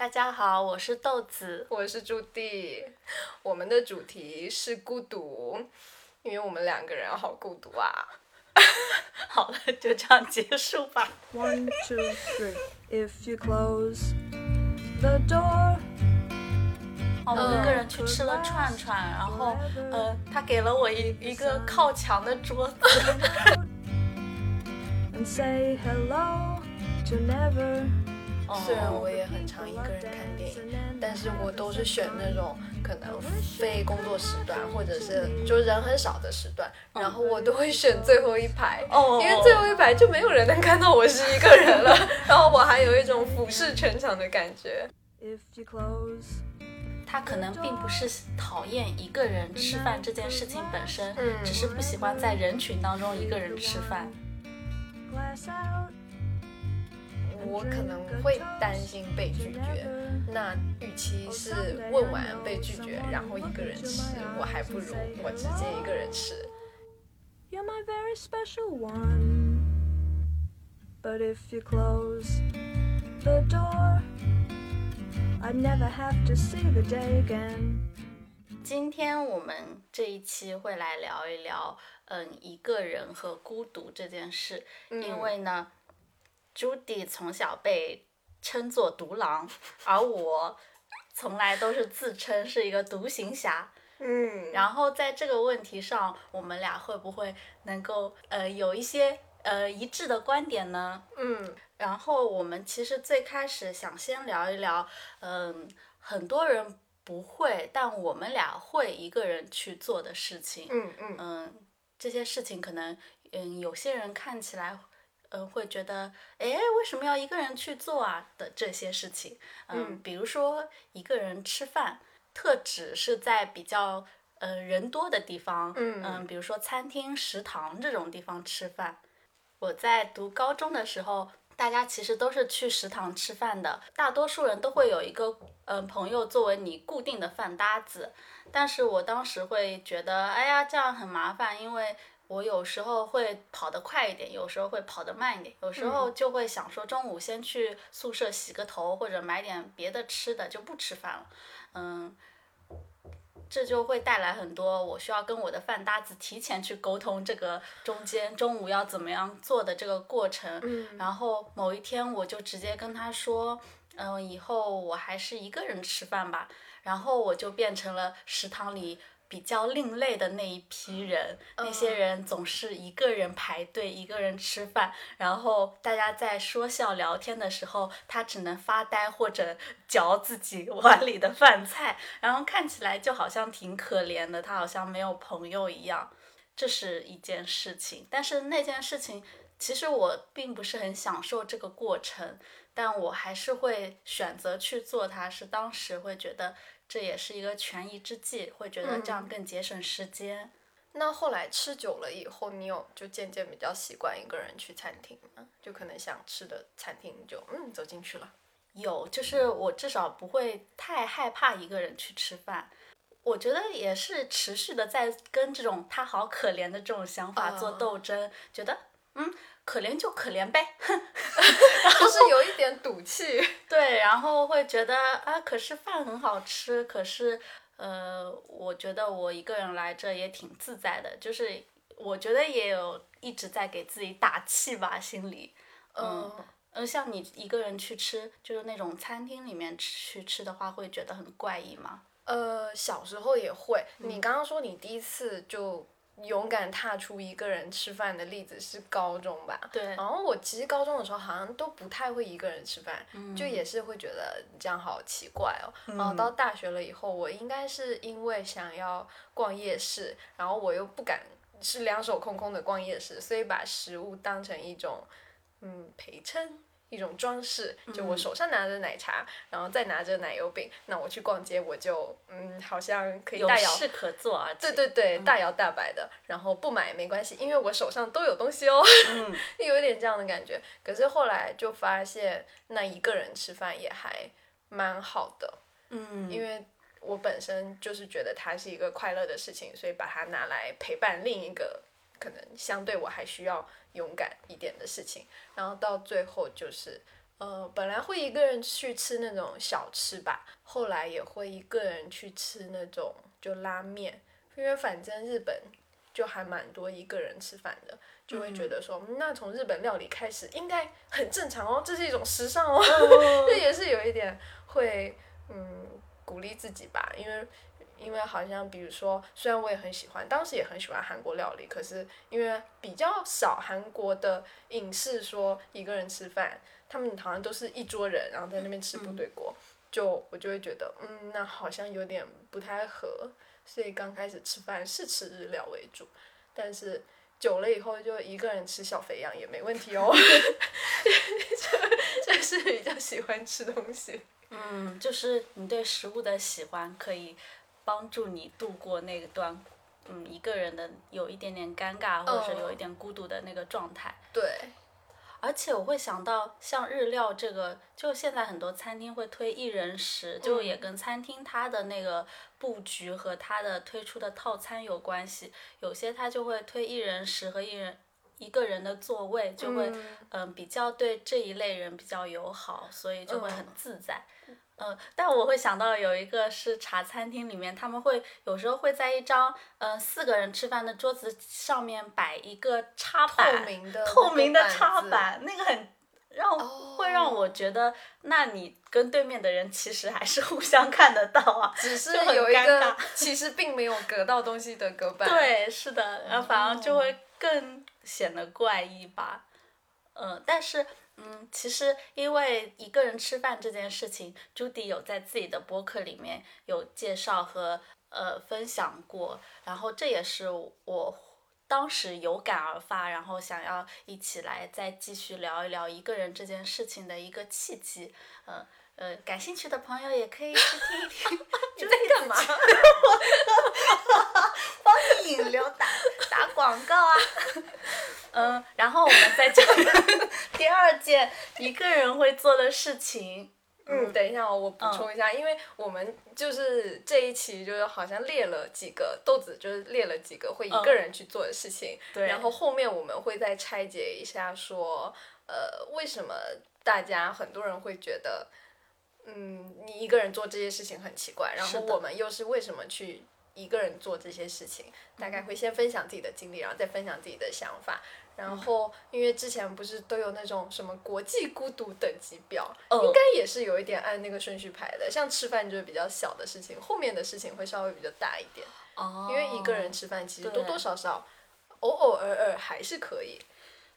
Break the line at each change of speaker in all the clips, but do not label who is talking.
大家好，我是豆子。
我是朱棣，我们的主题是孤独，因为我们两个人好孤独啊。
好了，就这样结束吧。
One, two, three. If you close the door,
哦，我一个人去吃了串串，然后，
Uh-huh. Uh.
呃，他给了我一一个靠墙的桌 子。
and say hello to never.
虽然
哦
我也很常一个人看电影，但是我都是选那种可能非工作时段，或者是就人很少的时段，然后我都会选最后一排，
哦
因为最后一排就没有人能看到我是一个人了，然后我还有一种俯视全场的感觉。
If you close,
他可能并不是讨厌一个人吃饭这件事情本身，
嗯
只是不喜欢在人群当中一个人吃饭。
glass out.
我可能会担心被拒绝，那与其是问完被拒绝，然后一个人吃，我还不如我直接一个人吃。
You're my very special one. But if you close the door, I'd never have to see the day again.
今天我们这一期会来聊一聊，嗯，一个人和孤独这件事，
嗯
因为呢，Judy 从小被称作独狼，而我从来都是自称是一个独行侠。
嗯，
然后在这个问题上，我们俩会不会能够呃有一些呃一致的观点呢？
嗯
然后我们其实最开始想先聊一聊，嗯，很多人不会，但我们俩会一个人去做的事情，
嗯嗯
嗯，这些事情可能，嗯，有些人看起来，嗯，会觉得，哎，为什么要一个人去做啊的这些事情，嗯，比如说一个人吃饭，特指是在比较。呃，人多的地方，呃
嗯
比如说餐厅、食堂这种地方吃饭，我在读高中的时候，大家其实都是去食堂吃饭的，大多数人都会有一个嗯、呃朋友作为你固定的饭搭子。但是我当时会觉得，哎呀，这样很麻烦，因为我有时候会跑得快一点，有时候会跑得慢一点，有时候就会想说中午先去宿舍洗个头，或者买点别的吃的，就不吃饭了。嗯，这就会带来很多我需要跟我的饭搭子提前去沟通这个中间中午要怎么样做的这个过程。然后某一天我就直接跟他说，嗯、以后我还是一个人吃饭吧。然后我就变成了食堂里。比较另类的那一批人，那些人总是一个人排队，一个人吃饭，然后大家在说笑聊天的时候，他只能发呆或者嚼自己碗里的饭菜，然后看起来就好像挺可怜的，他好像没有朋友一样。这是一件事情，但是那件事情其实我并不是很享受这个过程，但我还是会选择去做它。是当时会觉得这也是一个权宜之计，会觉得这样更节省时间。
那后来吃久了以后，你有就渐渐比较习惯一个人去餐厅吗？就可能想吃的餐厅你就嗯走进去 了。
有，就是我至少不会太害怕一个人去吃饭。我觉得也是持续的在跟这种他好可怜的这种想法做
啊
斗争，觉得嗯，可怜就可怜呗。
就是有一点赌气。
对，然后会觉得啊，可是饭很好吃，可是呃，我觉得我一个人来这也挺自在的，就是我觉得也有一直在给自己打气吧，心里。嗯
嗯
呃，像你一个人去吃，就是那种餐厅里面去吃的话，会觉得很怪异吗？
呃，小时候也会。你刚刚说你第一次就勇敢踏出一个人吃饭的例子是高中吧？
对
然后我其实高中的时候好像都不太会一个人吃饭，就也是会觉得这样好奇怪哦。然后到大学了以后，我应该是因为想要逛夜市，然后我又不敢是两手空空的逛夜市，所以把食物当成一种嗯陪衬。一种装饰，就我手上拿着奶茶，然后再拿着奶油饼，那我去逛街，我就嗯，好像可以
有
大摇
事可做啊，
对对对，大摇大摆的，然后不买也没关系，因为我手上都有东西哦，有一点这样的感觉。可是后来就发现，那一个人吃饭也还蛮好的，
嗯，
因为我本身就是觉得它是一个快乐的事情，所以把它拿来陪伴另一个可能相对我还需要勇敢一点的事情。然后到最后就是，呃，本来会一个人去吃那种小吃吧，后来也会一个人去吃那种就拉面，因为反正日本就还蛮多一个人吃饭的，就会觉得说，嗯那从日本料理开始应该很正常哦，这是一种时尚哦， 这也是有一点会嗯鼓励自己吧，因为。因为好像比如说，虽然我也很喜欢，当时也很喜欢韩国料理，可是因为比较少韩国的影视说一个人吃饭，他们好像都是一桌人，然后在那边吃部
嗯
队锅，就我就会觉得，嗯，那好像有点不太合，所以刚开始吃饭是吃日料为主，但是久了以后就一个人吃小肥羊也没问题 哦， 就就是比较喜欢吃东西，
嗯，就是你对食物的喜欢可以帮助你度过那段，嗯，一个人的有一点点尴尬或者是有一点孤独的那个状态。
对，
而且我会想到，像日料这个，就现在很多餐厅会推一人食，就
嗯
也跟餐厅它的那个布局和它的推出的套餐有关系。有些它就会推一人食和一人一个人的座位，就会嗯、比较对这一类人比较友好，所以就会很自在。嗯但我会想到有一个是茶餐厅里面，他们会有时候会在一张嗯、呃四个人吃饭的桌子上面摆一个插板，
透明的
透明的插
那个
板，那个很让
哦
会让我觉得，那你跟对面的人其实还是互相看得到啊。
只是
就很
有一
尴
个
尬
其实并没有隔到东西的隔板，，
对，是的，然后反而就会更显得怪异吧。嗯、但是嗯，其实因为一个人吃饭这件事情，朱迪有在自己的播客里面有介绍和呃分享过，然后这也是我当时有感而发，然后想要一起来再继续聊一聊一个人这件事情的一个契机。嗯呃感兴趣的朋友也可以去听一听
你在干 嘛？
帮你引流打打广告啊。 嗯，然后我们再讲第二件一个人会做的事情。
嗯，等一下、哦，我补充一下，因为我们就是这一期就是好像列了几个豆子，就是列了几个会一个人去做的事情，
对
然后后面我们会再拆解一下说，呃，为什么大家很多人会觉得，嗯，你一个人做这些事情很奇怪，然
是
后
的
我们又是为什么去一个人做这些事情，大概会先分享自己的经历，然后再分享自己的想法。
嗯
然后，因为之前不是都有那种什么国际孤独等级表，
嗯
应该也是有一点按那个顺序排的。像吃饭就是比较小的事情，后面的事情会稍微比较大一点。
哦
因为一个人吃饭其实
对
多多少少，偶偶尔尔还是可以。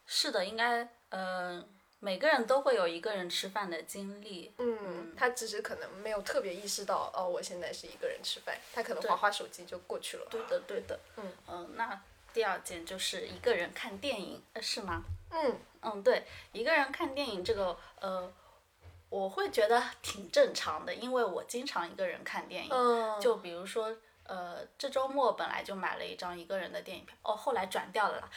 是的，应该嗯、呃每个人都会有一个人吃饭的经历。
嗯，他只是可能没有特别意识到哦，我现在是一个人吃饭，他可能
对
划划手机就过去了。
对的，对的。
嗯
嗯、那第二件就是一个人看电影，呃是吗？
嗯，
嗯，对，一个人看电影这个，呃，我会觉得挺正常的，因为我经常一个人看电影。
嗯
就比如说，呃，这周末本来就买了一张一个人的电影票，哦，后来转掉了啦。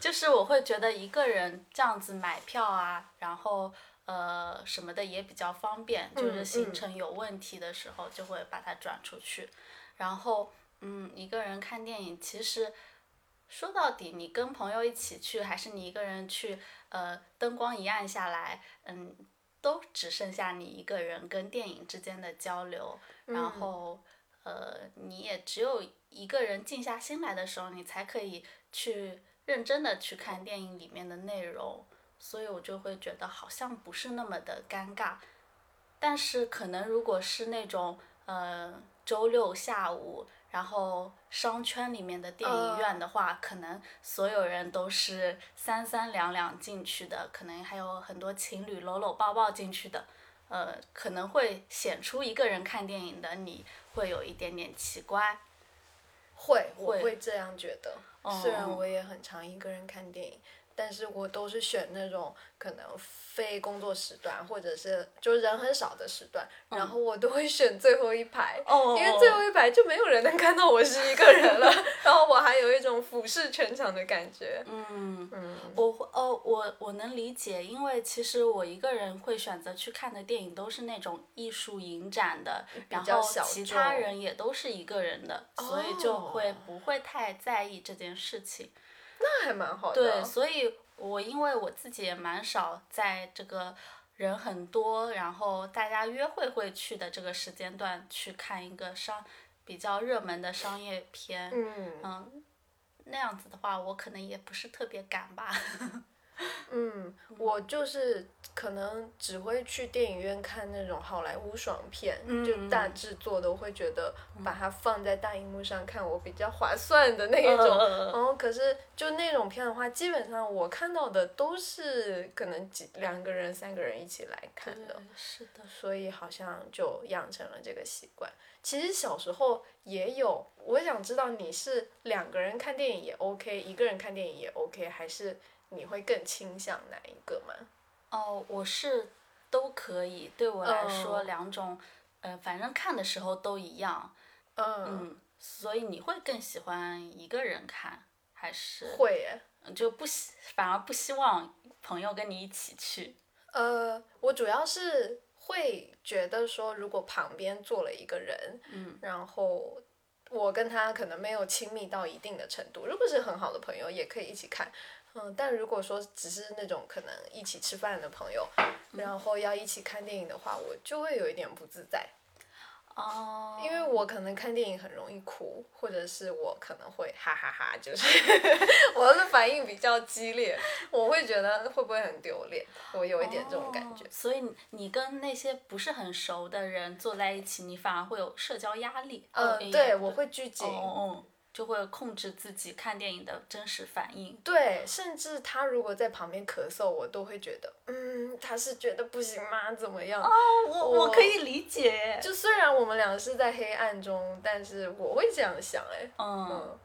就是我会觉得一个人这样子买票啊，然后呃什么的也比较方便，就是
嗯
行
嗯
程有问题的时候就会把它转出去。然后，嗯，一个人看电影其实。说到底，你跟朋友一起去，还是你一个人去？呃，灯光一暗下来，嗯，都只剩下你一个人跟电影之间的交流，
嗯
然后呃，你也只有一个人静下心来的时候，你才可以去认真的去看电影里面的内容，所以我就会觉得好像不是那么的尴尬，但是可能如果是那种呃周六下午。然后商圈里面的电影院的话可能所有人都是三三两两进去的，可能还有很多情侣搂搂抱抱进去的，呃，可能会显出一个人看电影的你会有一点点奇怪。
会，我
会哦
会这样觉得。虽然我也很常一个人看电影，但是我都是选那种可能非工作时段，或者是就人很少的时段，然后我都会选最后一排。
嗯哦
因为最后一排就没有人能看到我是一个 人了，然后我还有一种俯视全场的感觉。
嗯，
嗯，
我会哦，我我能理解，因为其实我一个人会选择去看的电影都是那种艺术影展的，然
较
后
小
其他
众哦
人也都是一个人的，所以就会不会太在意这件事情。
那还蛮好的。哦
对，所以我因为我自己也蛮少在这个人很多，然后大家约会会去的这个时间段去看一个商比较热门的商业片，
嗯
嗯，那样子的话，我可能也不是特别敢吧。
嗯，我就是可能只会去电影院看那种好莱坞爽片，就大制作的，我会觉得把它放在大荧幕上看，我比较划算的那一种。然后可是就那种片的话，基本上我看到的都是可能几两个人、三个人一起来看的。
是的，
所以好像就养成了这个习惯。其实小时候也有，我想知道你是两个人看电影也 OK，一个人看电影也 OK，还是你会更倾向哪一个嘛？
哦，我是都可以，对我来说、
哦
两种，呃，反正看的时候都一样，
嗯，
嗯，所以你会更喜欢一个人看，还是嗯
会耶。
就不希反而不希望朋友跟你一起去？
呃，我主要是会觉得说，如果旁边坐了一个人，
嗯，
然后我跟他可能没有亲密到一定的程度，如果是很好的朋友，也可以一起看。嗯，但如果说只是那种可能一起吃饭的朋友，
嗯
然后要一起看电影的话，我就会有一点不自在，
哦，
因为我可能看电影很容易哭，或者是我可能会哈哈哈就是 我的反应比较激烈，我会觉得会不会很丢脸，我有一点这种感觉
哦。所以你你跟那些不是很熟的人坐在一起，你反而会有社交压力。哦
嗯，对，我。会拘谨。
哦哦，就会控制自己看电影的真实反应。
对，甚至他如果在旁边咳嗽，我都会觉得，嗯，他是觉得不行吗？怎么
哦
样？
我
哦我
我可以理解。
就虽然我们俩是在黑暗中，但是我会这样想，哎，
嗯，
嗯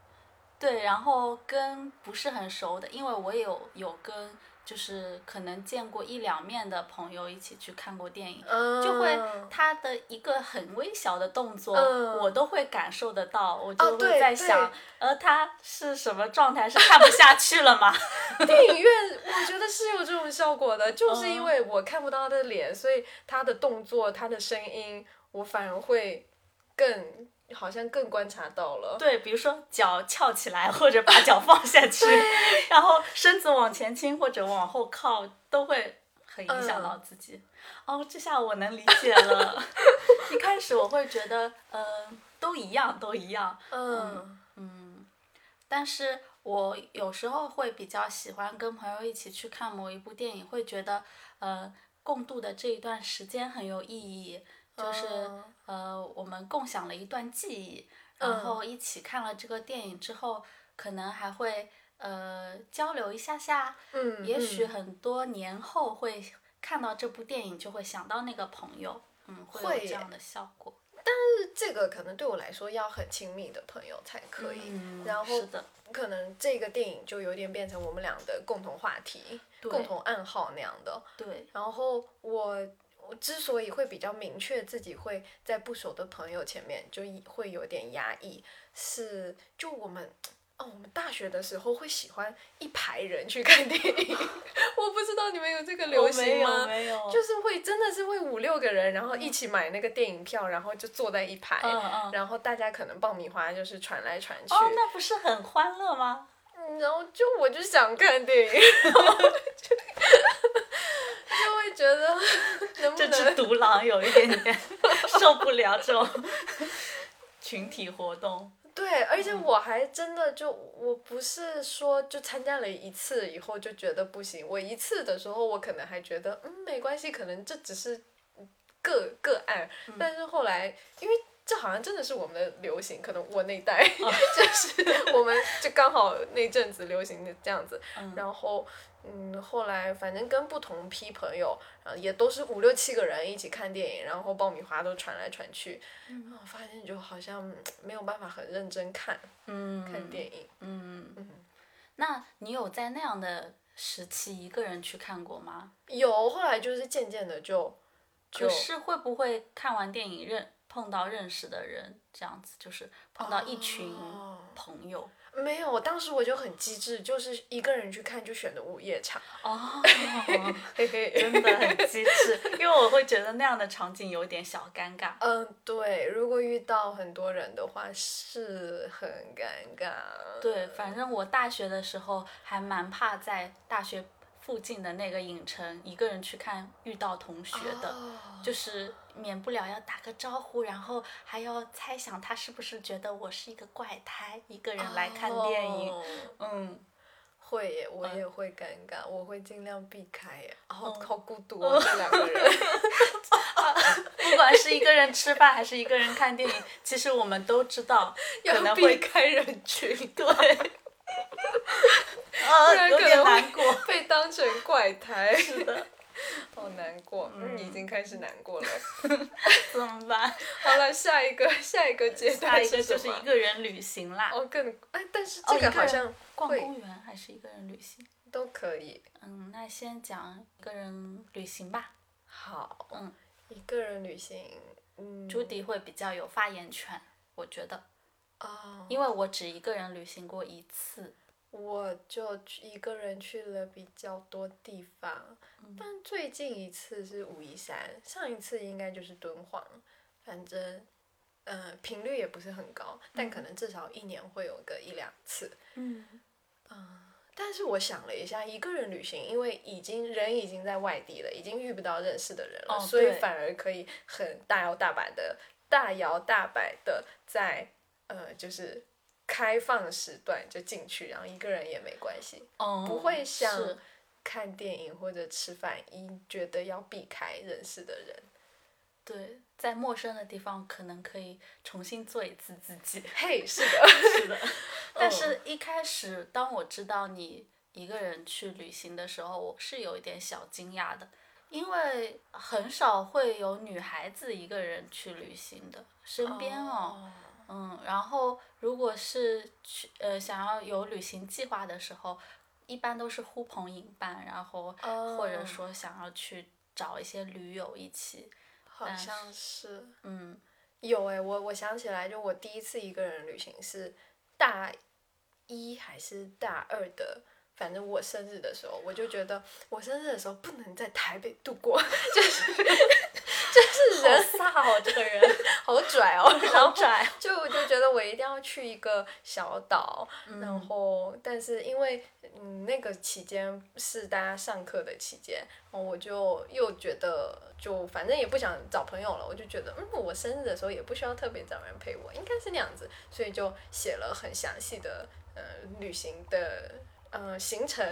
对。然后跟不是很熟的，因为我也有有跟就是可能见过一两面的朋友一起去看过电影。
嗯，
就会他的一个很微小的动作，
嗯
我都会感受得到，我
哦
就
对
会在想，
对
呃，他是什么状态？是看不下去了吗？
电影院，我觉得是有这种效果的，就是
嗯
因为我看不到他的脸，所以他的动作、他的声音，我反而会更好像更观察到了。
对，比如说脚翘起来，或者把脚放下去，然后身子往前倾或者往后靠，都会很影响到自己。哦，这下我能理解了。一开始我会觉得，嗯、都一样，都一样。
嗯
但是我有时候会比较喜欢跟朋友一起去看某一部电影，会觉得呃共度的这一段时间很有意义，就是、
嗯
呃我们共享了一段记忆，然后一起看了这个电影之后，可能还会呃交流一下下，
嗯，
也许
嗯
很多年后会看到这部电影就会想到那个朋友，嗯，会
会
有
耶
这样的效果。
这个可能对我来说要很亲密的朋友才可以，
嗯
然后
是的，
可能这个电影就有点变成我们俩的共同话题、
对
共同暗号那样的。
对，
然后我我之所以会比较明确自己会在不熟的朋友前面就一会有点压抑，是就我们。哦，我们大学的时候会喜欢一排人去看电影， 我不知道你们有这个流行吗？
我哦没有没有，
就是会真的是会五六个人，然后一起买那个电影票，然后就坐在一排，
嗯嗯
然后大家可能爆米花就是传来传去，
哦，那不是很欢乐吗？
嗯然后就我就想看电影， 然后就就会觉得 能不
这只
能
独狼有一点 点受不了这种群体活动。
对，而且我还真的就我不是说就参加了一次以后就觉得不行，我一次的时候我可能还觉得嗯没关系，可能这只是个个案，但是后来因为。这好像真的是我们的流行，可能我那一代、 就是我们就刚好那阵子流行的这样子，然后嗯，后来反正跟不同批朋友，然后也都是五六七个人一起看电影，然后爆米花都传来传去，然后发现就好像嗯没有办法很认真看看
嗯
电影。
嗯，那你有在那样的时期一个人去看过吗？
有后来就是渐渐的就就
可是会不会看完电影认碰到认识的人，这样子就是碰到一群
哦
朋友？
没有，当时我就很机智，就是一个人去看就选的午 夜场，
哦，
嘿嘿。
真的很机智，因为我会觉得那样的场景有点小尴尬。
嗯，对，如果遇到很多人的话是很尴尬。
对，反正我大学的时候还蛮怕在大学附近的那个影城一个人去看，遇到同学的，
哦
就是免不了要打个招呼，然后还要猜想他是不是觉得我是一个怪胎，一个人来看电影。
哦
嗯，
会耶，我
嗯
也会尴尬，我会尽量避开耶。好
哦
好孤独哦，这两 个人。
不管是一个人吃饭还是一个人看电影，其实我们都知 道可能
要
会
避开人群，对，不
呃
然
有
可
点
能
难过。
会 被当成怪胎，
是的，
好难过，嗯，已经开始难过了。
怎么办？
好了，下一个下一个阶
呃下
段
一个
什
就
么？
是一个人旅行啦，
哦，更哎，但是
哦
这
一个
个好
人
像
逛
会
公园还是一个人旅行？
都可以。
嗯，那先讲一个人旅行吧，
好，
嗯，
一个人旅行，嗯，
朱迪会比较有发言权，我觉得，
哦，
因为我只一个人旅行过一次，
我就去一个人去了比较多地方，
嗯
但最近一次是武夷山，上一次应该就是敦煌，反正，呃，频率也不是很高，但可能至少一年会有个一两次。
Mm-hmm.
嗯，
但是我想了一下，一个人旅行，因为已经人已经在外地了，已经遇不到认识的人了，
哦
所以
对
反而可以很大摇大摆的、大摇大摆的在呃，就是开放时段就进去，然后一个人也没关系。
哦，
不会像
是
看电影或者吃饭，一觉得要避开认识的人。
对，在陌生的地方可能可以重新做一次自己，
嘿、是的， 嗯
是 的，但是一开始当我知道你一个人去旅行的时候，我是有一点小惊讶的，因为很少会有女孩子一个人去旅行的，身边哦嗯，然后如果是去呃想要有旅行计划的时候，一般都是呼朋引伴，然后或者
哦
说想要去找一些驴友一起，
好像是
嗯
有诶、我我想起来，就我第一次一个人旅行是大一还是大二的。反正我生日的时候，我就觉得我生日的时候不能在台北度过， 就是就是人
飒哦，这个 人
好拽哦， 然
好
后
拽，
就我就觉得我一定要去一个小岛，然后但是因为嗯那个期间是大家上课的期间，然后我就又觉得就反正也不想找朋友了，我就觉得嗯我生日的时候也不需要特别找人陪我，应该是那样子，所以就写了很详细的呃旅行的。呃，行程，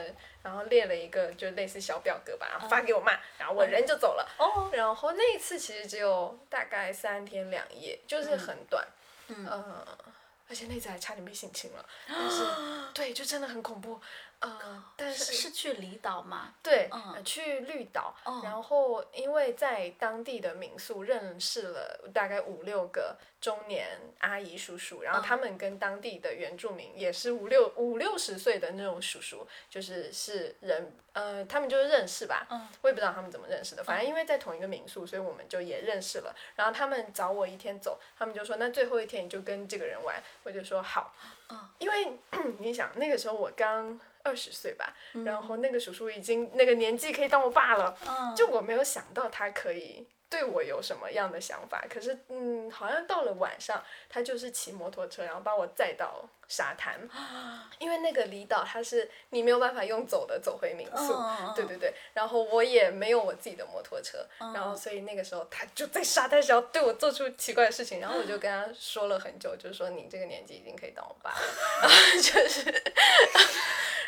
然后列了一个就类似小表格吧，然后发给我妈，然后我人就走了。
哦，
然后那一次其实只有大概三天两夜，就是很短，
嗯
呃，而且那次还差点被性侵了，但是对，就真的很恐怖，呃，但
是
是
是去离岛吗？
对，
嗯
呃去绿岛，
哦
然后因为在当地的民宿认识了大概五六个中年阿姨叔叔，
嗯
然后他们跟当地的原住民也是五六五六十岁的那种叔叔，就是是人，呃，他们就是认识吧，
嗯
我也不知道他们怎么认识的，反正因为在同一个民宿，所以我们就也认识了。然后他们找我一天走，他们就说那最后一天你就跟这个人玩，我就说好，因为 你想那个时候我刚二十岁吧，然后那个叔叔已经那个年纪可以当我爸了，
嗯，
就我没有想到他可以对我有什么样的想法。可是嗯，好像到了晚上，他就是骑摩托车，然后把我载到沙 滩，因为那个离岛它是你没有办法用走的走回民宿，
嗯嗯嗯嗯
对对对。然后我也没有我自己的摩托车，然后所以那个时候他就在沙滩上对我做出奇怪的事情，然后我就跟他说了很久，就是说你这个年纪已经可以当我爸了，然后就是。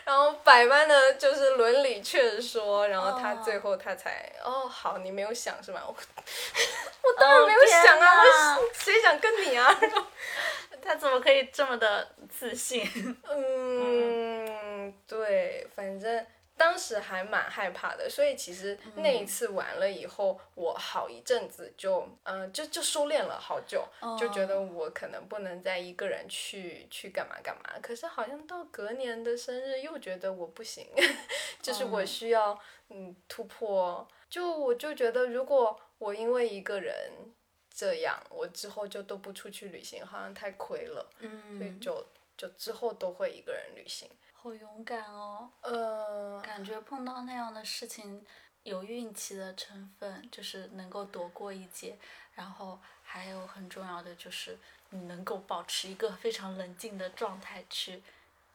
然后百般的就是伦理劝说，然后他
哦
最后他才哦好，你没有想是吗？我
我
当然没有想啊，
哦天哪
我谁想跟你啊？然后
他怎么可以这么的自信？
嗯，对，反正当时还蛮害怕的，所以其实那一次玩了以后，我好一阵子就，嗯、就就收敛了好久，就觉得我可能不能再一个人去去干嘛干嘛。可是好像到隔年的生日，又觉得我不行， 就是我需要嗯突破。就我就觉得，如果我因为一个人这样，我之后就都不出去旅行，好像太亏了。所以
嗯，
就就之后都会一个人旅行。
好勇敢哦。
呃，
感觉碰到那样的事情，有运气的成分，就是能够躲过一劫，然后还有很重要的就是你能够保持一个非常冷静的状态去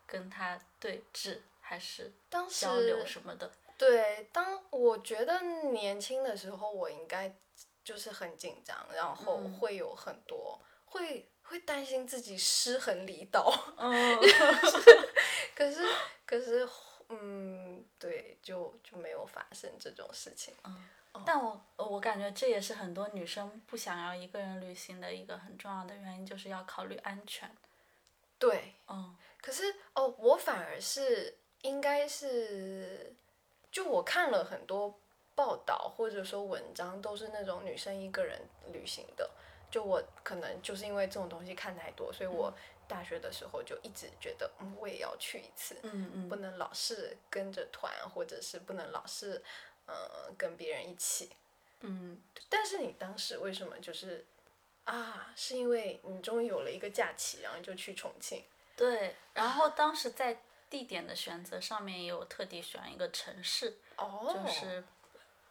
跟他对峙，还是
当时
交流什么的。
对，当我觉得年轻的时候，我应该就是很紧张，然后
嗯
会有很多、会会担心自己失衡离岛。
嗯，
可是可是，嗯，对，就就没有发生这种事情。
但我呃我感觉这也是很多女生不想要一个人旅行的一个很重要的原因，就是要考虑安全。
对，
嗯
可是哦，我反而是应该是，就我看了很多报道或者说文章，都是那种女生一个人旅行的。就我可能就是因为这种东西看太多，所以我大学的时候就一直觉得，嗯，我也要去一次，
嗯嗯，
不能老是跟着团，或者是不能老是，嗯、跟别人一起。
嗯，
但是你当时为什么就是啊？是因为你终于有了一个假期，然后就去重庆。
对。然后当时在地点的选择上面也有特地选一个城市，
哦，
就是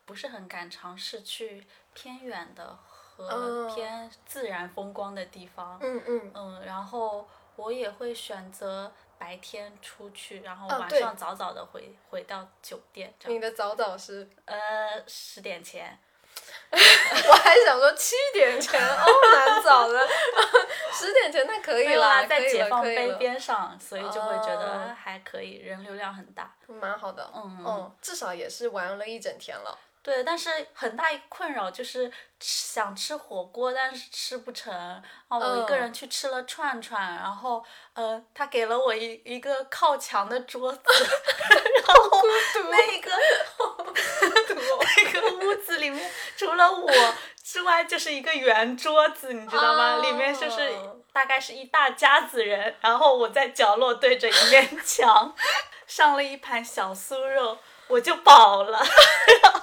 不是很敢尝试去偏远的和
嗯
偏自然风光的地方。
嗯嗯，
嗯，然后我也会选择白天出去，然后
啊
晚
对
上早早的回、回到酒店，这样
你的早早是，
呃十点前。
我还想说七点前，哦，蛮早的， 十点前那可以
对
啦，
啦，
可
啊在
以
解
了，
放
可以
碑
了，
边上，所以就会觉
哦
得还可以，人流量很大。
蛮好的，
嗯
嗯，至少也是玩了一整天 了，
对，但是很大一个困扰就是吃想吃火锅，但是吃不成。啊，我一个
嗯
人去吃了串串，然后呃，他给了我一一个靠墙的桌子，然后那个那个屋子里面除了我之外就是一个圆桌子，你知道吗？里面就是
哦
大概是一大家子人，然后我在角落对着一面墙，上了一盘小酥肉，我就饱了，然后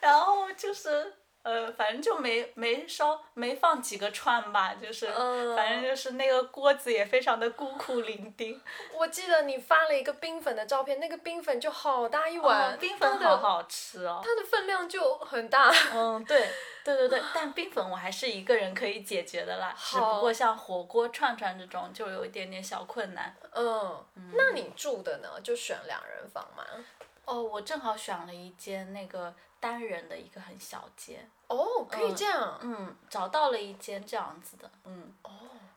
然后就是。呃，反正就没没烧没放几个串吧，就是、
嗯
反正就是那个锅子也非常的孤苦伶仃，
我记得你发了一个冰粉的照片，那个冰粉就好大一碗，
哦冰粉
它的
好好吃哦。
它的分量就很大，
嗯，对，对对对，但冰粉我还是一个人可以解决的啦，只
好
不过像火锅、串串这种就有一点点小困难。
嗯，那你住的呢？就选两人房吗？
哦，我正好选了一间那个单人的一个很小间，
哦，可以这样，
嗯，找到了一间这样子的，嗯，
哦，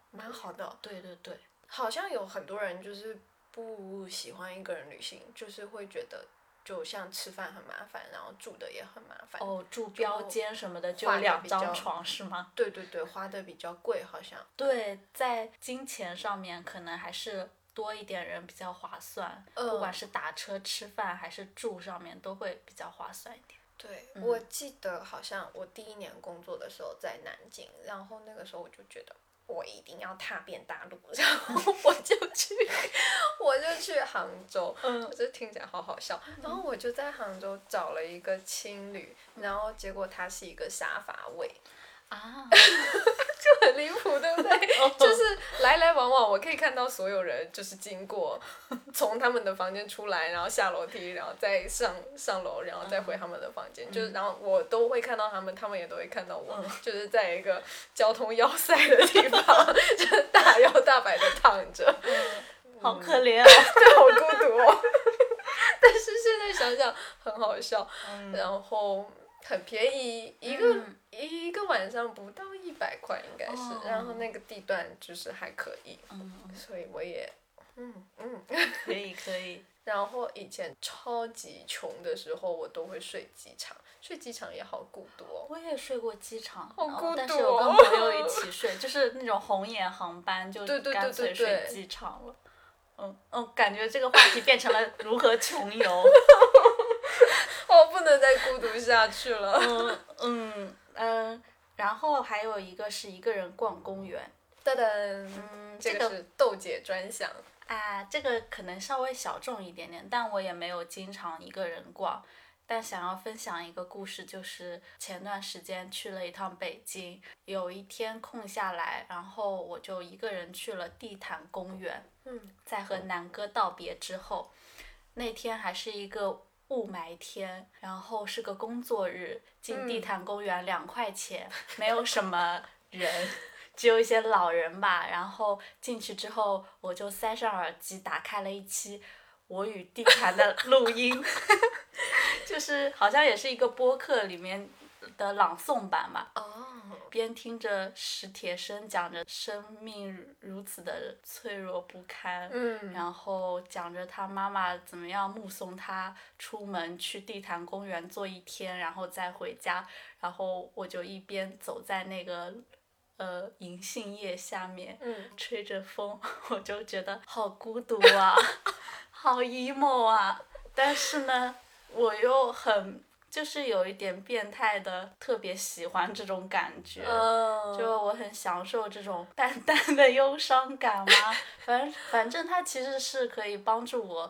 蛮好的，
对对对，
好像有很多人就是不喜欢一个人旅行，就是会觉得就像吃饭很麻烦，然后住的也很麻烦。
哦，住标间什么的就
划得
两
比较
张床是吗？
对对对，花的比较贵，好像。
对，在金钱上面可能还是多一点人比较划算，不
嗯
管是打车、吃饭还是住上面都会比较划算一点。
对，
嗯
我记得好像我第一年工作的时候在南京，然后那个时候我就觉得我一定要踏遍大陆， 然后我就去， 我就去杭州，
嗯
这听起来好好笑。然后我就在杭州找了一个青旅，
嗯
然后结果它是一个沙发位，
啊，
很离谱，对不对？就是来来往往，我可以看到所有人就是经过，从他们的房间出来，然后下楼梯，然后再上上楼，然后再回他们的房间，就是然后我都会看到他们，他们也都会看到我，就是在一个交通要塞的地方， 就是大摇大摆的躺着，
好可怜哦。
对，好孤独哦。但是现在想想很好笑，然后很便宜，一个、
嗯
一个晚上不到一百块应该是，
哦
然后那个地段就是还可以，
嗯，
所以我也。嗯嗯，
可以可以。
然后以前超级穷的时候，我都会睡机场，睡机场也好孤独哦。
我也睡过机场，
好
然后
孤
但
独
是我跟
哦
朋友一起睡，就是那种红眼航班，就
对对对
干脆
对对
睡机场了。嗯嗯，感觉这个话题变成了如何穷 游。
哦，不能再孤独下去了。
嗯嗯嗯，然后还有一个是一个人逛公园。
噔噔，
嗯，
这
这
个
个
是豆姐专享。
啊，这个可能稍微小众一点点，但我也没有经常一个人逛。但想要分享一个故事，就是前段时间去了一趟北京，有一天空下来，然后我就一个人去了地坛公园。
嗯，
在和南哥道别之后，那天还是一个雾霾天，然后是个工作日，进
嗯
地坛公园两块钱，没有什么人。只有一些老人吧，然后进去之后，我就塞上耳机，打开了一期我与地坛 的录音， 就是好像也是一个播客里面的朗诵版吧。
哦，
边听着史铁生讲着生命如此的脆弱不堪，
嗯，
然后讲着他妈妈怎么样目送他出门去地坛公园坐一天，然后再回家，然后我就一边走在那个呃银杏叶下面，
嗯，
吹着风，我就觉得好孤独啊， 好 emo 啊。但是呢，我又很就是有一点变态的，特别喜欢这种感觉。
嗯，
就我很享受这种淡淡的忧伤感嘛，反正反正它其实是可以帮助我，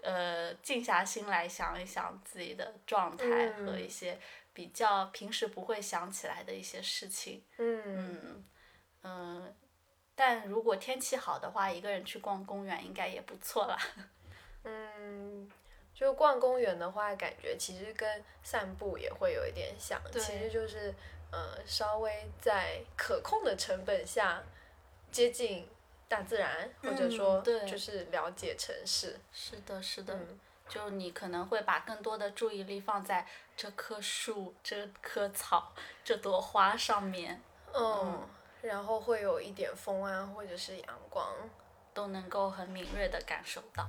呃，静下心来想一想自己的状态
嗯
和一些比较平时不会想起来的一些事情。
嗯，
嗯嗯，但如果天气好的话，一个人去逛公园应该也不错啦。
嗯，就逛公园的话，感觉其实跟散步也会有一点像，其
对
实就是呃，稍微在可控的成本下接近大自然，或者
嗯
说
对
就是了解城市。
是的，是的，
嗯
就你可能会把更多的注意力放在这棵树、这棵草、这朵花上面。
嗯，然后会有一点风啊，或者是阳光。
都能够很敏锐地感受到。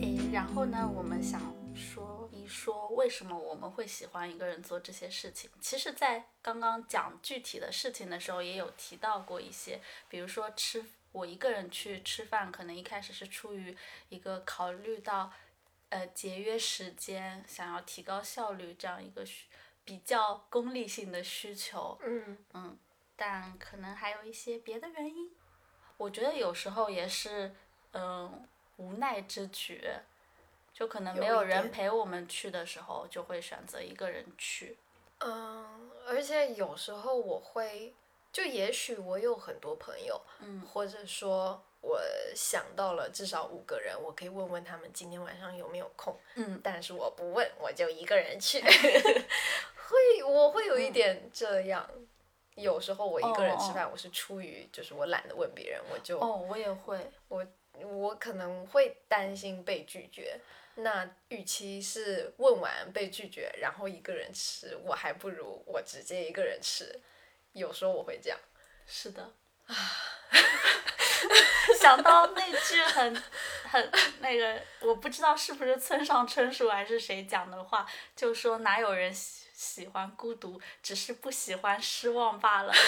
诶，然后呢，我们想说一说为什么我们会喜欢一个人做这些事情。其实，在刚刚讲具体的事情的时候，也有提到过一些，比如说吃，我一个人去吃饭，可能一开始是出于一个考虑到。呃，节约时间，想要提高效率，这样一个需比较功利性的需求，
嗯
嗯，但可能还有一些别的原因。我觉得有时候也是，嗯，无奈之举，就可能没
有
有
一
人
点
陪我们去的时候，就会选择一个人去。
嗯，而且有时候我会，就也许我有很多朋友，
嗯
或者说我想到了至少五个人，我可以问问他们今天晚上有没有空，
嗯，
但是我不问，我就一个 人去， 会我会有一
嗯
点这样。有时候我一个人吃饭，我是出于就是我懒得问别人，我就、
哦，我也会，
我可能会担心被拒绝。那与其是问完被拒绝，然后一个人吃，我还不如我直接一个人吃。有时候我会这样，
是的。 想到那句很很那个，我不知道是不是村上春树还是谁讲的话，就说哪有人喜喜欢孤独，只是不喜欢失望罢了。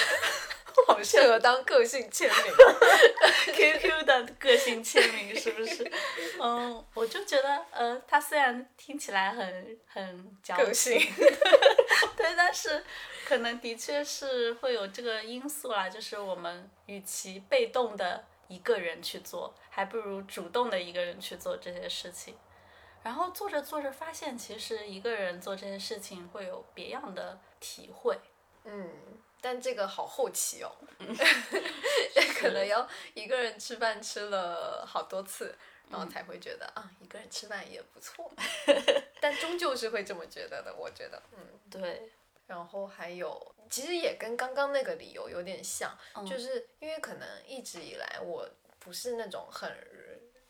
好适合当个 性签名。
QQ 的个性签名是不是？嗯，我就觉得，呃，它虽然听起来很很矫
个
情，
性，
对，但是可能的确是会有这个因素啦，就是我们与其被动的一个人去做，还不如主动的一个人去做这些事情。然后做着做着，发现其实一个人做这些事情会有别样的体会。
嗯，但这个好后期哦， 可能要一个人吃饭吃了好多次，然后才会觉得、啊，一个人吃饭也不 错，但终究是会这么觉得的，我觉得，嗯。
对，
然后还有，其实也跟刚刚那个理由有点像，
嗯
就是因为可能一直以来我不是那种很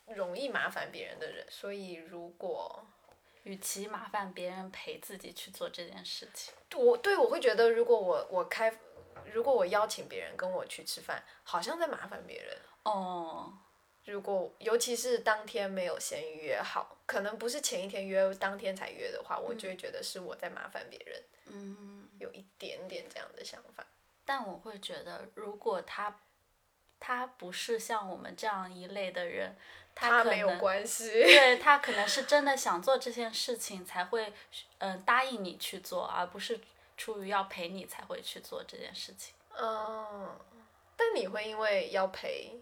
容易麻烦别人的人，所以如果
与其麻烦别人陪自己去做这件事情，
我对我会觉得，如果我我开，如果我邀请别人跟我去吃饭，好像在麻烦别人。
哦，
如果尤其是当天没有先约好，可能不是前一天约，当天才约的话，我就会觉得是我在麻烦别人，
嗯。
有一点点这样的想法。
但我会觉得，如果他他不是像我们这样一类的人，
他
可
没有
能
关系，
对他可能是真的想做这件事情才会嗯、答应你去做，而不是出于要陪你才会去做这件事情。
嗯，但你会因为要陪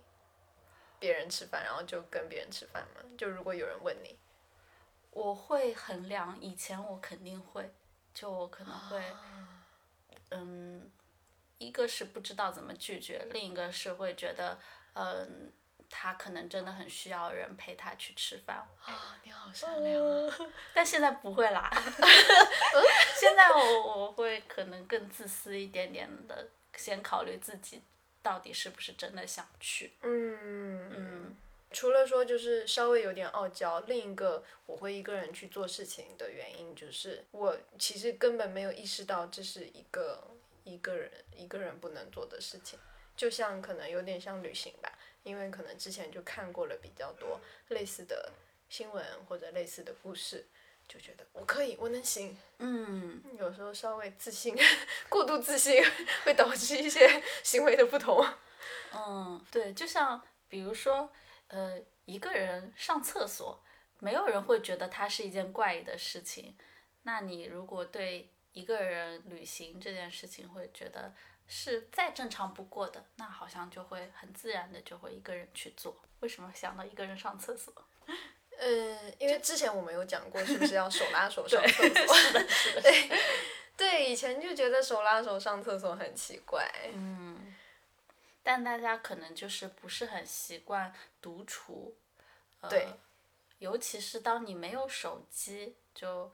别人吃饭，然后就跟别人吃饭吗？就如果有人问你，
我会衡量，以前我肯定会，就我可能会，
啊
嗯，一个是不知道怎么拒绝，另一个是会觉得，嗯，他可能真的很需要人陪他去吃饭，
啊，你好善良啊！
但现在不会啦。现在我我会可能更自私一点点的，先考虑自己到底是不是真的想去。
嗯
嗯
嗯，除了说就是稍微有点傲娇，另一个我会一个人去做事情的原因，就是我其实根本没有意识到这是一个一个人一个人不能做的事情。就像可能有点像旅行吧，因为可能之前就看过了比较多类似的新闻或者类似的故事，就觉得我可以，我能行。
嗯，
有时候稍微自信， 过度自信会导致一些行为的不同。
嗯，对，就像比如说，呃，一个人上厕所，没有人会觉得它是一件怪异的事情。那你如果对一个人旅行这件事情会觉得是再正常不过的，那好像就会很自然的就会一个人去做。为什么想到一个人上厕所？
嗯，因为之前我们有讲过，是不是要手 拉手上厕所？对对，以前就觉得手拉手上厕所很奇怪。
嗯，但大家可能就是不是很习惯独处，呃、
对，
尤其是当你没有手机，就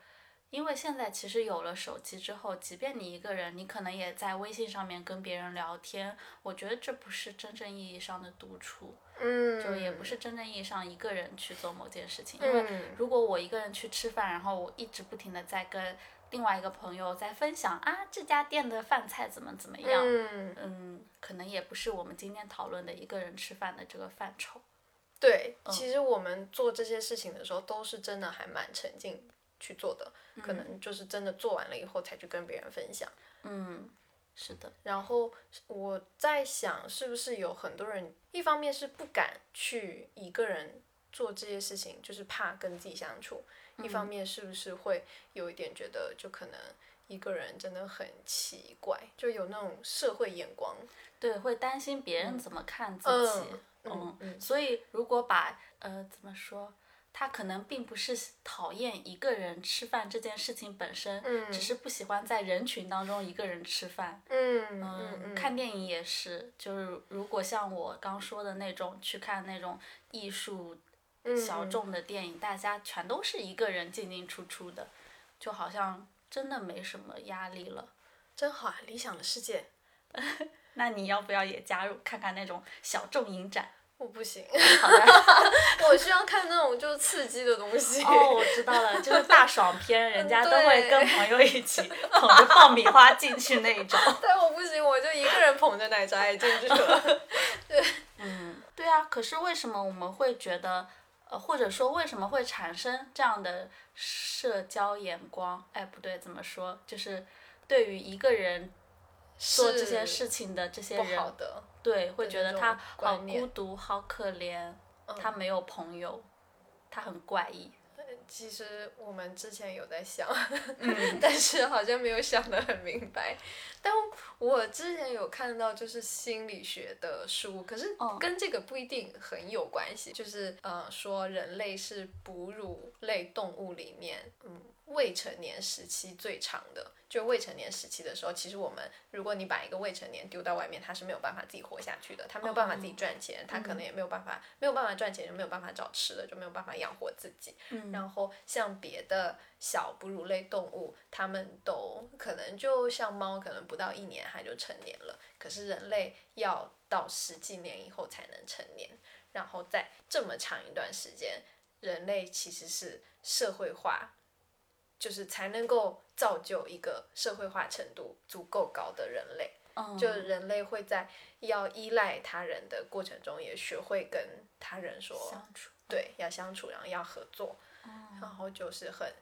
因为现在其实有了手机之后，即便你一个人，你可能也在微信上面跟别人聊天，我觉得这不是真正意义上的独处，
嗯，
就也不是真正意义上一个人去做某件事情，因为
嗯，
如果我一个人去吃饭，然后我一直不停的在跟另外一个朋友在分享啊这家店的饭菜怎么怎么样，
嗯，
嗯，可能也不是我们今天讨论的一个人吃饭的这个范
嗯
畴。
对，
嗯
其实我们做这些事情的时候，都是真的还蛮沉浸去做的，可能就是真的做完了以后才去跟别人分享。
嗯，是的，
然后我在想，是不是有很多人，一方面是不敢去一个人做这些事情，就是怕跟自己相处；一方面是不是会有一点觉得，就可能一个人真的很奇怪，就有那种社会眼光。
对，会担心别人怎么看自己。
嗯
嗯
嗯嗯
所以如果把呃怎么说，他可能并不是讨厌一个人吃饭这件事情本身，
嗯
只是不喜欢在人群当中一个人吃饭。
嗯嗯
嗯，
嗯，
看电影也是，就是如果像我刚说的那种，去看那种艺术
嗯
小众的电影，大家全都是一个人进进出出的，就好像真的没什么压力了。
真好啊，理想的世界，
那你要不要也加入看看那种小众影展？
我 不行，
好的，
我需要看那种就是刺激的东西。
哦， 我知道了，就是大爽 片，人家都会
对
跟朋友一起捧着爆米花进去那一种。
但哎我不行，我就一个人捧着奶茶也进去 了。
嗯，对啊，可是为什么我们会觉得，呃，或者说为什么会产生这样的社交眼光？哎，不对，怎么说？就是对于一个人做这些事情的这些
不
人，
好的，
对，会
的
觉得
那种
他
观
好孤
念嗯
独、好可怜，他没有朋友，他很怪异。
其实我们之前有在想， 但是好像没有想得很明白。但我之前有看到就是心理学的书，可是
嗯
跟这个不一定很有关系。就是呃，说人类是哺乳类动物里面，嗯，未成年时期最长的。就未成年时期的时候，其实我们，如果你把一个未成年丢到外面，他是没有办法自己活下去的，他没有办法自己赚钱，他可能也没有办法，没有办法赚钱就没有办法找吃的，就没有办法养活自己。
嗯
然后像别的小哺乳类动物，它们都可能就像猫，可能不到一年它就成年了，可是人类要到十几年以后才能成年，然后在这么长一段时间，人类其实是社会化，就是才能够造就一个社会化程度足够高的人类。
嗯，
就人类会在要依赖他人的过程中，也学会跟他人说
相处。
对，要相处，然后要合作，然后就是很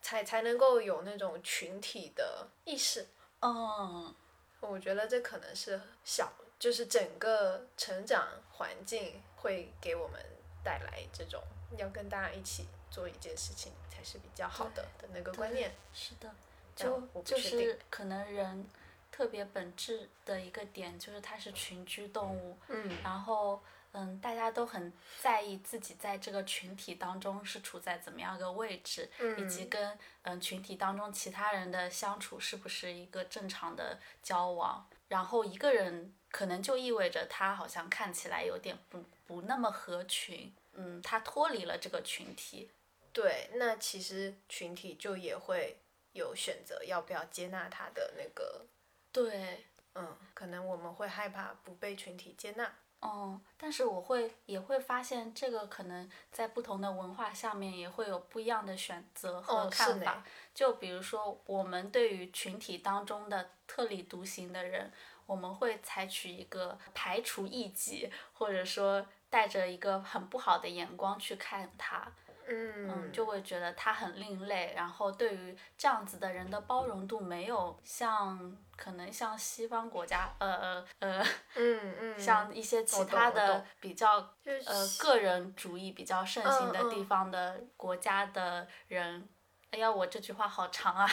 才才能够有那种群体的意识。
嗯，
我觉得这可能是小，就是整个成长环境会给我们带来这种要跟大家一起做一件事情才是比较好的的那个观念。
是的，
这样
就
我不
就
确定
是可能人特别本质的一个点，就是它是群居动物。
嗯
然后嗯，大家都很在意自己在这个群体当中是处在怎么样一个位置，以及
嗯
跟嗯群体当中其他人的相处是不是一个正常的交往。然后一个人可能就意味着他好像看起来有点不不那么合群，嗯，他脱离了这个群体，
对，那其实群体就也会有选择要不要接纳他的那个
对。
嗯，可能我们会害怕不被群体接纳。
哦，但是我会也会发现，这个可能在不同的文化下面也会有不一样的选择和
哦
看
是
法。
呢
就比如说，我们对于群体当中的特立独行的人，我们会采取一个排除异己，或者说带着一个很不好的眼光去看他，
嗯
嗯，就会觉得他很另类。然后对于这样子的人的包容度，没有像可能像西方国家，呃呃呃，
嗯嗯，
像一些其
我懂
他
我
的
懂
比较
就是
呃个人主义比较盛行的
嗯
地
嗯
方的国家的人。哎呀，我这句话好长 啊！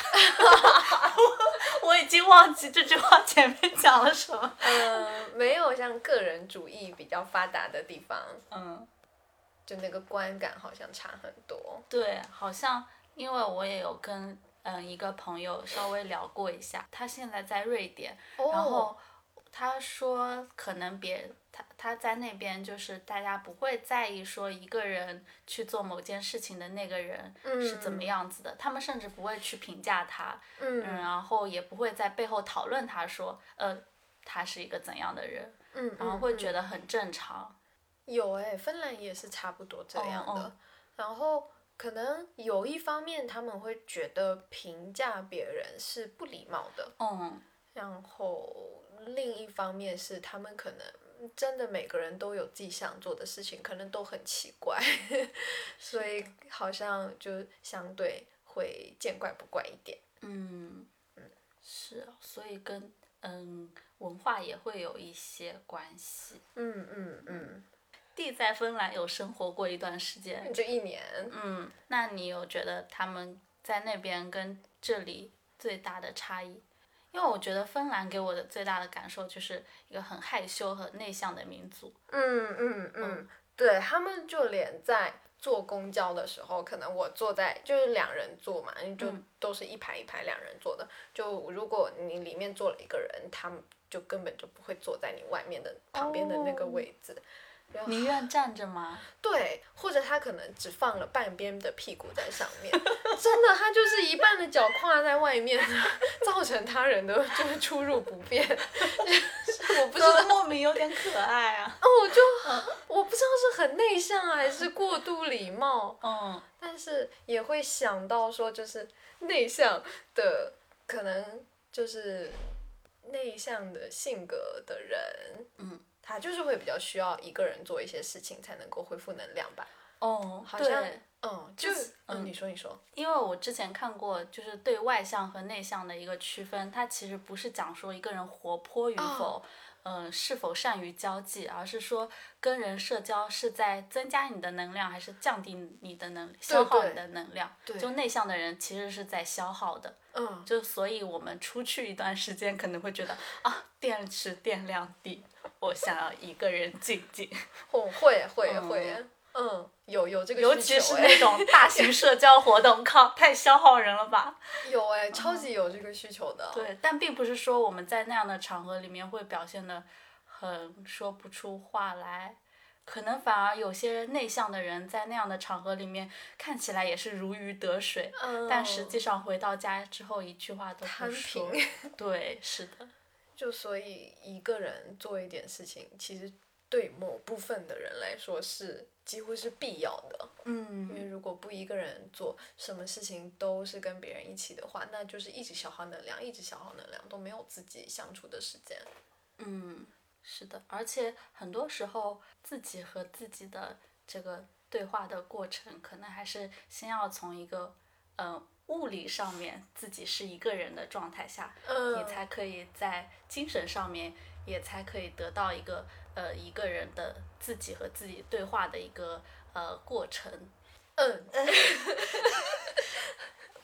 我已经忘记这句话前面讲了什 么。
呃，没有像个人主义比较发达的地方，
嗯，
就那个观感好像差很多。
对，好像因为我也有跟嗯一个朋友稍微聊过一下，他现在在瑞典，
哦
然后他说可能别他他在那边就是大家不会在意说一个人去做某件事情的那个人是怎么
嗯
样子的，他们甚至不会去评价他，
嗯
嗯，然后也不会在背后讨论他说呃他是一个怎样的人，
嗯，
然后会觉
得
得很正常，
有哎、芬兰也是差不多这样的。
哦哦
然后可能有一方面他们会觉得评价别人是不礼貌的，
嗯
然后另一方面是他们可能真的每个人都有自己想做的事情，可能都很奇怪， 所以好像就相对会见怪不怪一点。
嗯是啊，所以跟嗯文化也会有一些关系。
嗯嗯嗯，
弟在芬兰有生活过一段时间，
就一年。
嗯，那你有觉得他们在那边跟这里最大的差异？因为我觉得芬兰给我的最大的感受就是一个很害羞、很内向的民族。
嗯嗯嗯，对他们就连在坐公交的时候，可能我坐在就是两人坐嘛，因为就
嗯
都是一排一排两人坐的。就如果你里面坐了一个人，他们就根本就不会坐在你外面的旁边的那个
哦
位置。然后
宁愿站着吗？
对，或者他可能只放了半边的屁股在上面，真的，他就是一半的脚跨在外面，造成他人的 就是出入不便。就是我不知道
莫名有点可爱啊。
哦，我就我不知道是很内向啊还是过度礼貌，
嗯，
但是也会想到说，就是内向的可能就是内向的性格的人，
嗯，
他就是会比较需要一个人做一些事情才能够恢复能量吧。
哦，
好像
对，
嗯，就是
嗯
嗯，你说你说，
因为我之前看过，就是对外向和内向的一个区分，它其实不是讲说一个人活泼与
哦
否，嗯、是否善于交际，而是说跟人社交是在增加你的能量，还是降低你的能，消耗
对
你的能量。
对
就内向的人其实是在消耗的，
嗯，
就所以我们出去一段时间，可能会觉得啊，电池电量低，我想要一个人静静，
哦，会会
嗯
会，嗯，有有这个需求
尤
欸，
其是那种大型社交活动，靠，太消耗人了吧。
有哎，超级有这个需求的，
嗯对，但并不是说我们在那样的场合里面会表现的很说不出话来，可能反而有些内向的人在那样的场合里面看起来也是如鱼得水，
嗯，
但实际上回到家之后一句话都不
摊
说。
平
对，是的，
就所以一个人做一点事情，其实对某部分的人来说是几乎是必要的，因为
嗯，
如果不一个人做什么事情都是跟别人一起的话，那就是一直消耗能量，一直消耗能量，都没有自己相处的时间。
嗯，是的，而且很多时候自己和自己的这个对话的过程，可能还是先要从一个嗯、呃物理上面自己是一个人的状态下，
嗯
你才可以在精神上面也才可以得到一个呃一个人的自己和自己对话的一个呃过程。
嗯，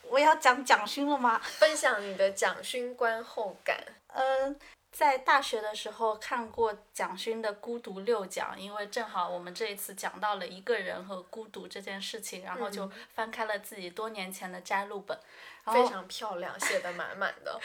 我要讲蒋勋了吗？
分享你的蒋勋观后感。
嗯，在大学的时候看过蒋勋的《孤独六讲》，因为正好我们这一次讲到了一个人和孤独这件事情，然后就翻开了自己多年前的摘录本，然
非
后
常漂亮，写的满满 的，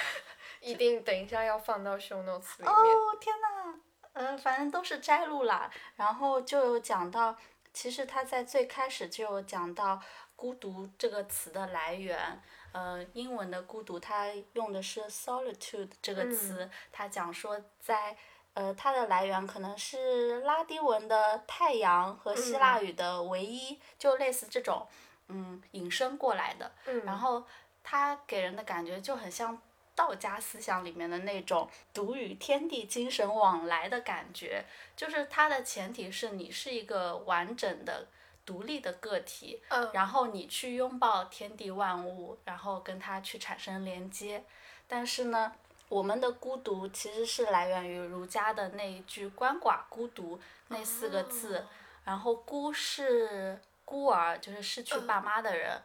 一定等一下要放到 show notes 里面。
哦天哪，呃，反正都是摘录啦。然后就有讲到，其实他在最开始就有讲到“孤独”这个词的来源，呃，英文的孤独，它用的是 solitude 这个词，它讲说在呃，它的来源可能是拉丁文的太阳和希腊语的唯一，就类似这种，嗯，引申过来的。
嗯
然后它给人的感觉就很像道家思想里面的那种独与天地精神往来的感觉，就是它的前提是你是一个完整的、独立的个体，
嗯
然后你去拥抱天地万物，然后跟它去产生连接。但是呢，我们的孤独其实是来源于儒家的那一句“鳏寡孤独”那四个字，
哦
然后孤是孤儿，就是失去爸妈的人。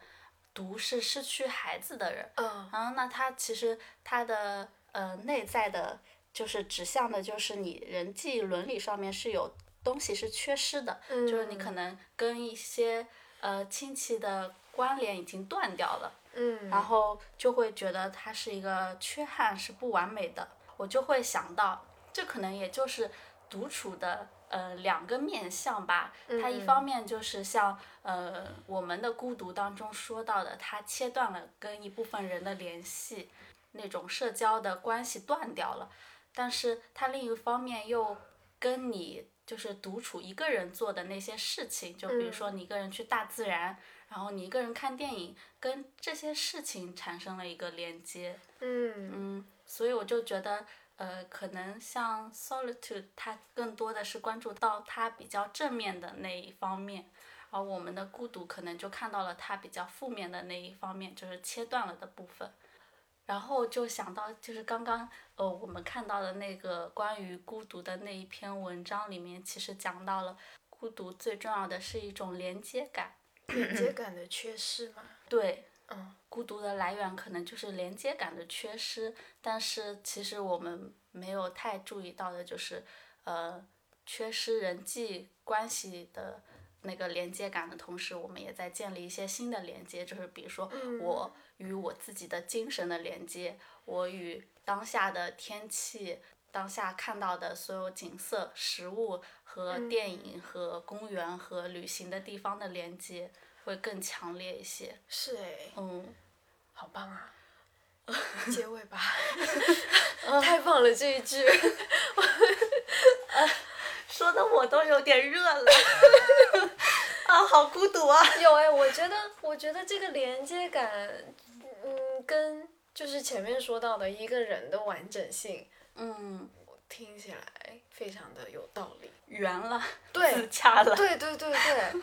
独是失去孩子的人，
嗯
然后那他其实他的呃内在的，就是指向的，就是你人际伦理上面是有东西是缺失的，就是
嗯
你可能跟一些呃亲戚的关联已经断掉了，
嗯，
然后就会觉得它是一个缺憾，是不完美的。我就会想到，这可能也就是独处的呃两个面相吧。它一方面就是像呃我们的孤独当中说到的，它切断了跟一部分人的联系，那种社交的关系断掉了。但是它另一方面又跟你就是独处一个人做的那些事情，就比如说你一个人去大自然，然后你一个人看电影，跟这些事情产生了一个连接。
嗯
嗯，所以我就觉得，呃，可能像 solitude，它更多的是关注到它比较正面的那一方面，而我们的孤独可能就看到了它比较负面的那一方面，就是切断了的部分。然后就想到，就是刚刚呃我们看到的那个关于孤独的那一篇文章里面，其实讲到了孤独最重要的是一种连接感。
连接感的缺失嘛，
对，
嗯，
孤独的来源可能就是连接感的缺失，但是其实我们没有太注意到的就是，呃，缺失人际关系的那个连接感的同时，我们也在建立一些新的连接，就是比如说我与我自己的精神的连接，我与当下的天气。当下看到的所有景色、食物和电影、和公园和旅行的地方的连接会更强烈一些。
是哎，
嗯，
好棒啊！ 结尾吧， 太棒了这一句，
说的我都有点热 了，啊，好孤独啊！
有哎，我觉得我觉得这个连接感，嗯，跟就是前面说到的一个人的完整性，
嗯，
听起来非常的有道理。
圆了，
对
自洽了，
对对对对，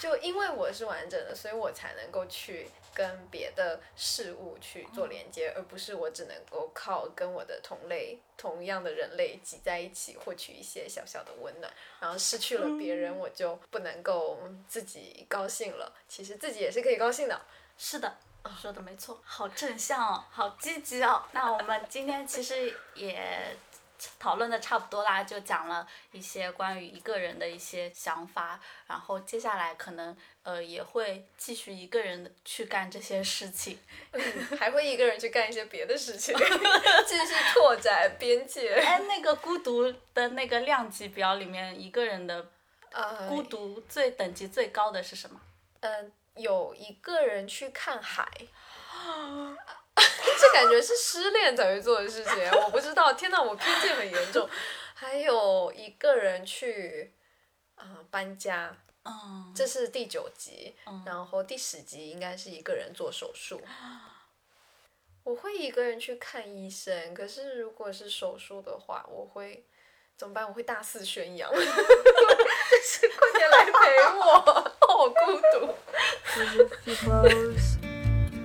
就因为我是完整的，所以我才能够去跟别的事物去做连接，而不是我只能够靠跟我的同类、同样的人类挤在一起，获取一些小小的温暖，然后失去了别人，我就不能够嗯自己高兴了。其实自己也是可以高兴的。
是的，哦说的没错，好正向哦，好积极哦。那我们今天其实也讨论的差不多啦，就讲了一些关于一个人的一些想法，然后接下来可能呃也会继续一个人去干这些事 情。
嗯还会一个人去干一些别的事情， 继续拓展边界。
哎，那个孤独的那个量级表里面，一个人的
呃，
孤独最等级最高的是什么？
嗯，有一个人去看海，这感觉是失恋才会做的事情，我不知道。天呐，我偏见很严重。还有一个人去啊、呃搬家，
嗯，
这是第九集，然后第十集应该是一个人做手术。我会一个人去看医生，可是如果是手术的话，我会怎么办？我会大肆宣扬， 就是快点来陪我，好孤独。
'Cause if you close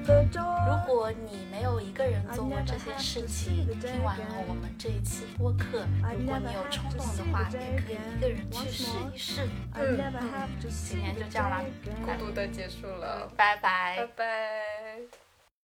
the
如
door,
果你没有一个人做过这些事情，听完了我们这一期播客，如果你有冲动的话，也可以一个人去试一试。
嗯 I never have to
嗯今
see
天
the
就
day
这样啦，
again.
孤独的结束了，
呃嗯拜拜
拜。拜。